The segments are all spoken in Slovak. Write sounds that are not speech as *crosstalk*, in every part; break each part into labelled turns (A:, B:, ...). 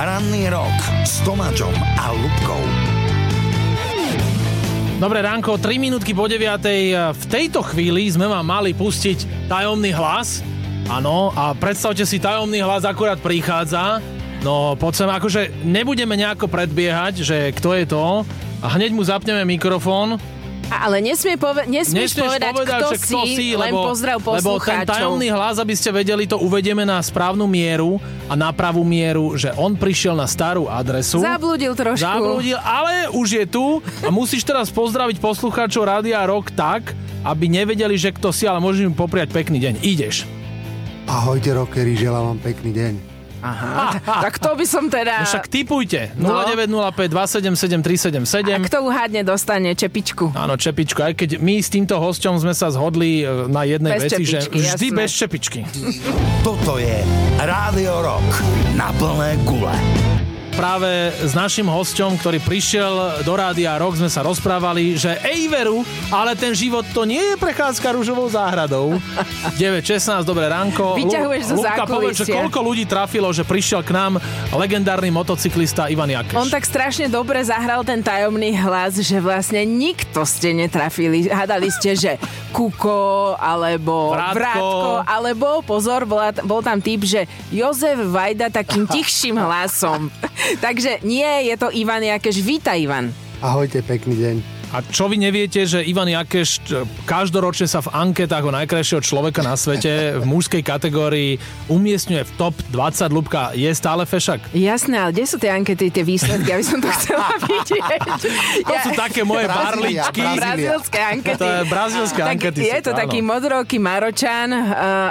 A: Ranný rok s Tomáčom a Lubkou.
B: Dobré ránko, 3 minútky po 9. V tejto chvíli sme vám mali pustiť tajomný hlas. Áno, a predstavte si, tajomný hlas akurát prichádza. No, poď sem, akože nebudeme nejako predbiehať, že kto je to. A hneď mu zapneme mikrofón.
C: Ale nesmie pove-
B: Nesmieš
C: nesmieš, povedať, kto,
B: že
C: si, len pozdrav
B: lebo ten
C: poslucháčov.
B: tajomný hlas, aby ste vedeli, to uvedieme na správnu mieru a na pravú mieru, že on prišiel na starú adresu.
C: Zabludil trošku.
B: Zablúdil, ale už je tu a musíš teraz pozdraviť poslucháčov Rádia Rock tak, aby nevedeli, že kto si, ale môžeš im popriať pekný deň. Ideš.
D: Ahojte rockery, želám vám pekný deň.
C: Tak to by som
B: No
C: teda...
B: však typujte.
C: No.
B: 0905 277
C: a
B: 377.
C: kto uhádne, dostane čepičku.
B: No, Áno, čepičku. Aj keď my s týmto hosťom sme sa zhodli e, na jednej
C: Bez
B: veci,
C: čepičky,
B: že vždy
C: jasné.
B: bez čepičky.
A: Toto je Rádio Rock na plné gule.
B: Práve s našim hosťom, ktorý prišiel do rádia Rock, sme sa rozprávali, že ej veru, ale ten život to nie je prechádzka rúžovou
C: *laughs*
B: záhradou. 9.16, dobré ránko. Lu-
C: Vyťahuješ zo
B: Lubka, povedz, že
C: zákulisia.
B: koľko ľudí trafilo, že prišiel k nám legendárny motocyklista Ivan Jakeš.
C: On tak strašne dobre zahral ten tajomný hlas, že vlastne nikto ste netrafili. Hádali ste, že Kuko, alebo
B: Vrátko.
C: Vrátko, alebo pozor, bola, t- bol tam typ, že Jozef Vajda
B: *laughs*
C: takým tichším hlasom. Takže nie, je to Ivan Jakeš. Víta Ivan.
D: Ahojte, pekný deň.
B: A čo vy neviete, že Ivan Jakeš č- každoročne sa v anketách o najkrajšieho človeka na svete v mužskej kategórii umiestňuje v top 20. Lubka, je stále fešak?
C: Jasné, ale kde sú tie ankety, tie výsledky? Aby som to
B: *laughs*
C: chcela vidieť.
B: To sú také moje
D: Brazília,
B: barličky.
D: Brazília.
C: Brazílské ankety.
B: To je brazílske
C: tak
B: ankety
C: Je
B: sú,
C: to
B: áno.
C: taký modroký Maročan, eh,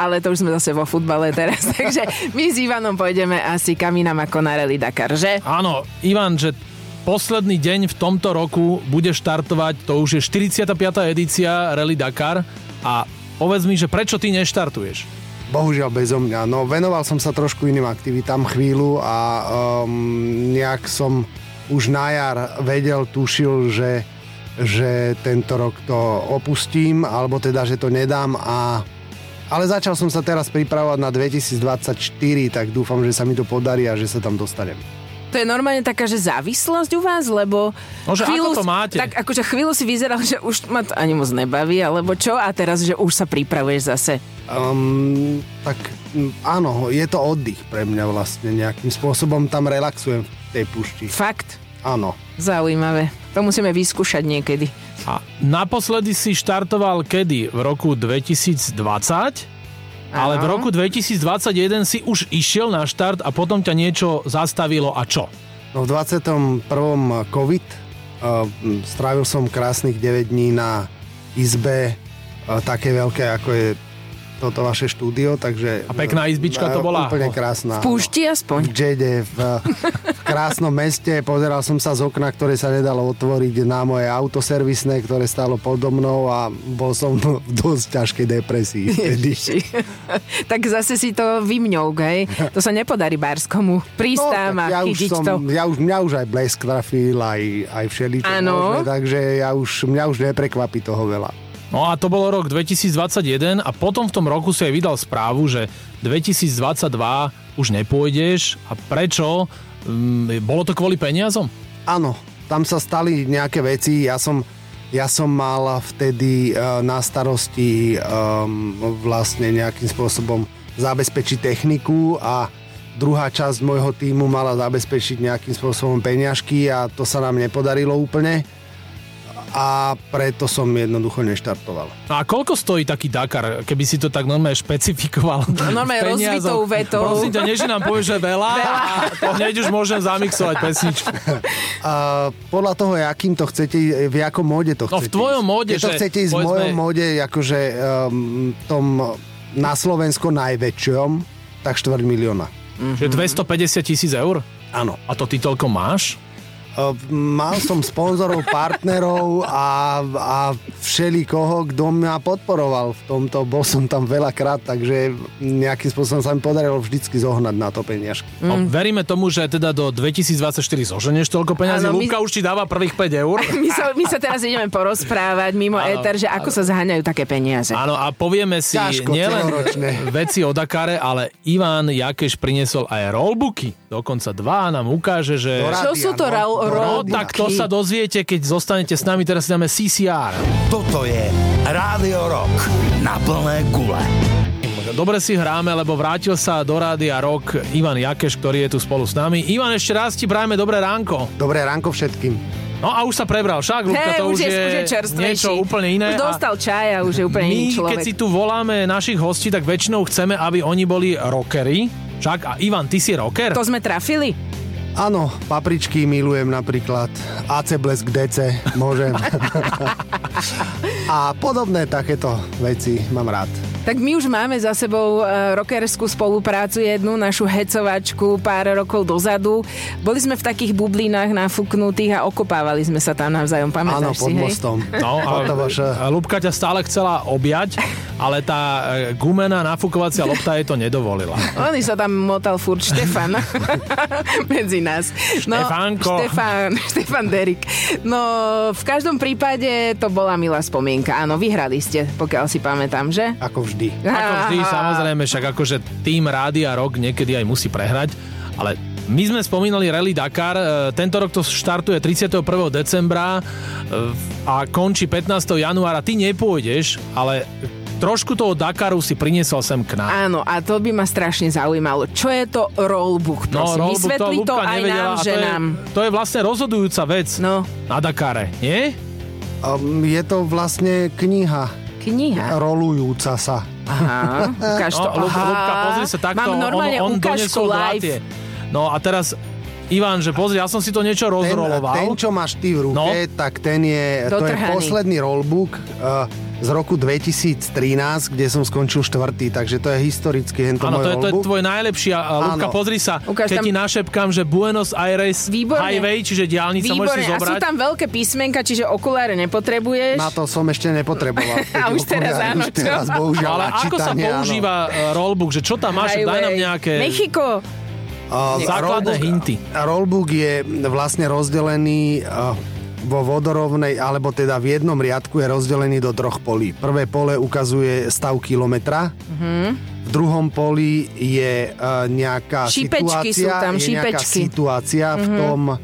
C: ale to už sme zase vo futbale teraz. *laughs* Takže my s Ivanom pôjdeme asi Kamina Makonarelli Dakar, že?
B: Áno, Ivan, že posledný deň v tomto roku bude štartovať, to už je 45. edícia Rally Dakar a povedz mi, že prečo ty neštartuješ?
D: Bohužiaľ bezo mňa. No, venoval som sa trošku iným aktivitám chvíľu a um, nejak som už na jar vedel, tušil, že, že tento rok to opustím, alebo teda, že to nedám a ale začal som sa teraz pripravovať na 2024, tak dúfam, že sa mi to podarí a že sa tam dostanem.
C: To je normálne taká, že závislosť u vás, lebo...
B: No, že
C: chvíľu,
B: ako to máte?
C: Tak akože chvíľu si vyzeral, že už ma to ani moc nebaví, alebo čo? A teraz, že už sa pripravuješ zase.
D: Um, tak m, áno, je to oddych pre mňa vlastne nejakým spôsobom. Tam relaxujem v tej pušti.
C: Fakt.
D: Áno.
C: Zaujímavé. To musíme vyskúšať niekedy.
B: A naposledy si štartoval kedy? V roku 2020? Ale v
C: Áno.
B: roku 2021 si už išiel na štart a potom ťa niečo zastavilo a čo?
D: No v 21. COVID uh, m, strávil som krásnych 9 dní na izbe uh, také veľké, ako je toto vaše štúdio, takže...
B: A pekná izbička to
D: Eh,
B: bola? No.
D: Úplne krásna. áno.
C: Púšti
D: v
C: aspoň.
D: Džede, v, v krásnom meste. Pozeral som sa z okna, ktoré sa nedalo otvoriť na moje autoservisné, ktoré stálo podo mnou a bol som v dosť ťažkej depresii. vtedy.
C: Ježiši. *laughs* tak zase si to vymňou, hej? To sa nepodarí Bárskomu. Prísť tam
D: No, tak
C: a
D: ja už
C: chytiť
D: som,
C: to.
D: ja už, mňa už aj blesk trafil, aj, aj všeličo
C: Áno.
D: možné, takže ja už, mňa už neprekvapí toho veľa.
B: No a to bolo rok 2021 a potom v tom roku si aj vydal správu, že 2022 už nepôjdeš a prečo? Mm, Bolo to kvôli peniazom?
D: Áno, tam sa stali nejaké veci, ja som, ja som mal vtedy e, na starosti um, vlastne nejakým spôsobom zabezpečiť techniku a druhá časť môjho týmu mala zabezpečiť nejakým spôsobom peňažky a to sa nám nepodarilo úplne a preto som jednoducho neštartoval.
B: No a koľko stojí taký Dakar, keby si to tak normálne špecifikoval?
C: No, normálne
B: S peniazom.
C: rozvitou vetou.
B: Prosím ťa, než nám povieš, že veľa, a to hneď už môžem zamixovať pesničku.
D: A podľa toho, akým to chcete, v jakom móde to
B: No, v
D: chcete.
B: tvojom
D: ísť.
B: móde,
D: Keď to
B: že
D: chcete ísť v
B: povedzme-
D: mojom móde, akože um, tom na Slovensko najväčšom,
C: Mhm.
D: tak štvrť milióna.
B: Že 250 tisíc eur?
D: Áno.
B: A to ty toľko máš?
D: Eh, Mal
B: *laughs*
D: som sponzorov, partnerov a, a všeli koho, kto ma podporoval v tomto. Bol som tam veľakrát, takže nejakým spôsobom sa mi podarilo vždycky zohnať na to peniažky.
B: No,
C: Mhm.
B: veríme tomu, že teda do 2024 zoženeš toľko peňazí.
C: Áno, my-
B: Lúbka už ti dáva prvých 5 eur.
C: *laughs* My sa, my sa teraz ideme porozprávať mimo éter, že ako sa zháňajú také peniaze.
B: Áno, a povieme si
D: Ťažko,
B: nielen
D: celoročne.
B: *laughs* veci o Dakare, ale Ivan Jakeš priniesol aj rollbooky. Dokonca dva a nám ukáže, že...
C: Čo
D: Do rádia,
C: sú to
D: no,
C: ra-
D: do
B: No,
D: rádia.
B: tak to sa dozviete, keď zostanete s nami. Teraz si dáme CCR.
A: Toto je Rádio Rock na plné gule.
B: Dobre si hráme, lebo vrátil sa do rádia rok Ivan Jakeš, ktorý je tu spolu s nami. Ivan, ešte raz ti prajeme dobré ránko.
D: Dobré ránko všetkým.
B: No a už sa prebral, však, Lúbka,
C: Hej,
B: to
C: už, je, už je čerstvejší.
B: niečo úplne iné.
C: Už
B: a-
C: dostal čaj a už je úplne
B: My,
C: iný človek.
B: keď si tu voláme našich hostí, tak väčšinou chceme, aby oni boli rockery. Však, a Ivan, ty si rocker?
C: To sme trafili?
D: Áno, papričky milujem napríklad. AC Blesk DC,
C: *laughs*
D: môžem. a podobné takéto veci mám rád.
C: Tak my už máme za sebou eh, rockerskú spoluprácu, jednu našu hecovačku pár rokov dozadu. Boli sme v takých bublinách nafúknutých a okopávali sme sa tam navzájom,
D: Áno,
C: pamätáš si,
D: pod
C: hej?
D: mostom.
B: No, a,
D: Potom až,
B: a Lubka ťa stále chcela objať, ale tá e, gumená nafúkovacia lopta jej to nedovolila.
C: Oni sa tam motal furt
B: *laughs*
C: Štefan medzi nás.
B: Štefánko.
C: Štefan, *laughs* Štefan Derik. No, v každom prípade to bola milá spomienka. Áno, vyhrali ste, pokiaľ si pamätám, že?
D: Ako vždy.
B: Ako vždy, samozrejme, však akože tým rádia rok niekedy aj musí prehrať, ale my sme spomínali Rally Dakar, e, tento rok to štartuje 31. decembra e, a končí 15. januára. Ty nepôjdeš, ale trošku toho Dakaru si priniesol sem k nám.
C: Áno, a to by ma strašne zaujímalo. Čo je to rollbook? Prosím,
B: No, rollbook,
C: vysvetli to,
B: Lubka
C: aj nám,
B: nevedela a to, je,
C: ženám.
B: to je vlastne rozhodujúca vec
C: No,
B: na Dakare, nie?
D: Um, je to vlastne kniha,
C: kniha.
D: rolujúca sa.
C: Aha, ukáž to.
B: No, Lubka,
C: Aha.
B: Lubka, pozri sa takto,
C: Mám normálne
B: on, on
C: ukážku
B: donesol dva tie.
C: live.
B: No a teraz, Ivan, že pozri, ja som si to niečo
D: Ten,
B: rozroloval.
D: ten, čo máš ty v ruke,
B: No.
D: no. tak ten je, to je
C: Dotrhaný.
D: posledný rollbook uh, z roku 2013, kde som skončil štvrtý, takže to je historicky hento
B: Áno,
D: môj
B: to je, to je
D: rollbook.
B: tvoj najlepší. a- a Lubka,
D: Áno.
B: pozri sa,
C: Ukáž
B: keď
C: tam-
B: ti našepkám, že Buenos Aires
C: Výborne.
B: Highway, čiže diálnica, môžeš si
C: Výborne, a sú
B: zobrať.
C: tam veľké písmenka, čiže okuláre nepotrebuješ.
D: Na to som ešte nepotreboval.
C: *laughs* A už teraz
D: Okuliare,
C: áno,
D: už
C: čo?
D: teraz, bohužiaľ,
B: Ale
D: na
B: ako sa
D: čítanie, áno.
B: používa e, rollbook, že čo tam máš, daj nám
C: Highway.
B: nejaké
C: Mexiko.
D: Uh,
B: základné
D: rollbook-
B: hinty.
D: Rollbook je vlastne rozdelený uh, vo vodorovnej, alebo teda v jednom riadku je rozdelený do troch polí. Prvé pole ukazuje stav kilometra, mm-hmm.
C: Mhm.
D: v druhom poli je uh, nejaká
C: Šípečky sú
D: situácia,
C: tam,
D: je nejaká
C: šípečky. Mhm.
D: situácia v tom uh,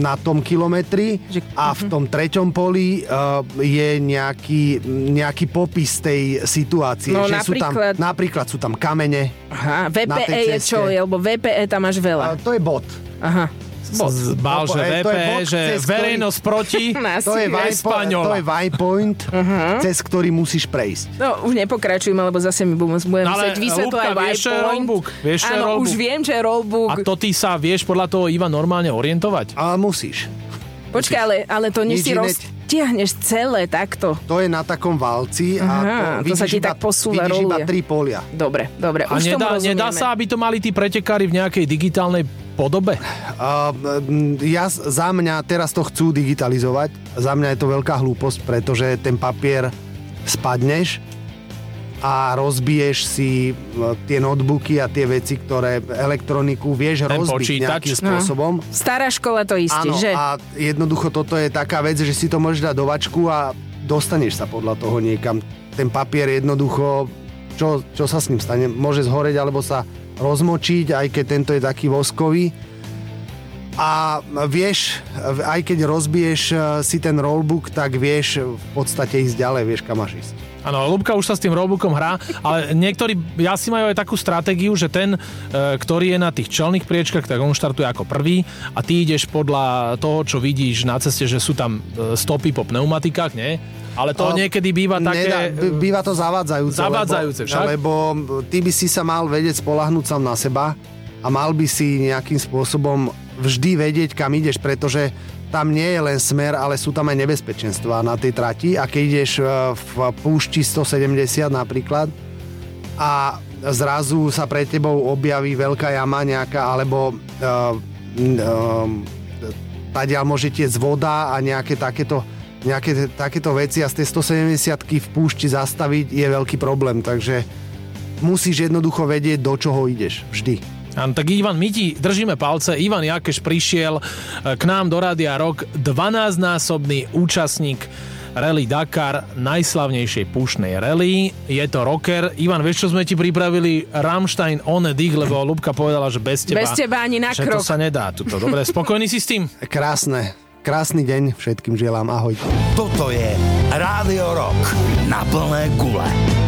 D: na tom kilometri
C: Že- Mhm.
D: a v tom treťom poli uh, je nejaký, nejaký popis tej situácie.
C: No,
D: že sú tam,
C: napríklad-
D: napríklad sú tam kamene.
C: Aha,
D: Na tej
C: VPE je
D: ceste.
C: čo, lebo VPE tam máš
D: Uh,
C: veľa.
D: to je bod.
C: Aha.
B: zbal,
D: No,
B: že
D: e, to je
B: VPE,
D: bod,
B: že
D: cez ktorý-
B: verejnosť proti.
C: *laughs* Na
D: To je,
C: síle.
D: Vipo-
B: Espaňola.
D: to je Vipoint,
C: Uh-huh.
D: cez ktorý musíš prejsť.
C: No, už nepokračujme, lebo zase mi budem budem
B: No Ale,
C: musieť vysvetľovať
B: Lúbka, vieš, čo je
C: Waypoint.
B: rollbook? Vieš, čo je
C: Áno, už
B: rollbook?
C: viem, že je rollbook.
B: A to ty sa vieš podľa toho iba normálne orientovať?
D: A musíš.
C: Počkaj, ale, ale to než
D: Nič
C: si
D: iné.
C: roztiahneš celé takto.
D: To je na takom valci a
C: Aha, to
D: to,
C: sa ti
D: vidíš iba,
C: tak posúva,
D: Vidíš iba
C: roluje.
D: tri polia.
C: Dobre, dobre,
B: A
C: už tomu
B: nedá,
C: rozumieme.
B: nedá sa, aby to mali tí pretekári v nejakej digitálnej podobe?
D: A, mm, ja, s- za mňa teraz to chcú digitalizovať. Za mňa je to veľká hlúposť, pretože ten papier spadneš a rozbiješ si mm, tie notebooky a tie veci, ktoré elektroniku vieš
B: Ten
D: rozbiť
B: počítač.
D: nejakým spôsobom.
C: Stará škola to isté,
D: Áno,
C: že?
D: a jednoducho toto je taká vec, že si to môžeš dať do vačku a dostaneš sa podľa toho niekam. Ten papier jednoducho, čo, čo sa s ním stane? Môže zhoreť alebo sa rozmočiť, aj keď tento je taký voskový. A vieš, aj keď rozbiješ eh, si ten rollbook, tak vieš v podstate ísť ďalej, vieš kam máš ísť.
B: Áno, Lubka už sa s tým rollbookom hrá, ale niektorí asi majú aj takú stratégiu, že ten, e, ktorý je na tých čelných priečkach, tak on štartuje ako prvý a ty ideš podľa toho, čo vidíš na ceste, že sú tam e, stopy po pneumatikách, nie? Ale to
D: A
B: niekedy býva také...
D: Nedá, b- býva to zavádzajúce.
B: Zavádzajúce,
D: lebo,
B: však.
D: Lebo ty by si sa mal vedieť spolahnúť sám na seba a mal by si nejakým spôsobom vždy vedieť, kam ideš, pretože tam nie je len smer, ale sú tam aj nebezpečenstvá na tej trati a keď ideš e, v púšti 170 napríklad a zrazu sa pred tebou objaví veľká jama nejaká alebo e, m, e, tadiaľ môžete z voda a nejaké takéto nejaké takéto veci a z tej 170 v púšti zastaviť je veľký problém, takže musíš jednoducho vedieť, do čoho ideš. Vždy.
B: Áno, tak Ivan, my ti držíme palce. Ivan Jakeš prišiel e, k nám do Rádia Rok 12-násobný účastník Rally Dakar, najslavnejšej púšnej rally. Je to rocker. Ivan, vieš, čo sme ti pripravili? Rammstein on a dig, lebo Lubka povedala, že bez teba.
C: Bez teba ani na
B: že
C: krok.
B: to sa nedá. Tuto. Dobre, spokojný si s tým?
D: Krásne. Krásny deň všetkým želám. Ahojte.
A: Toto je Rádio Rock na plné gule.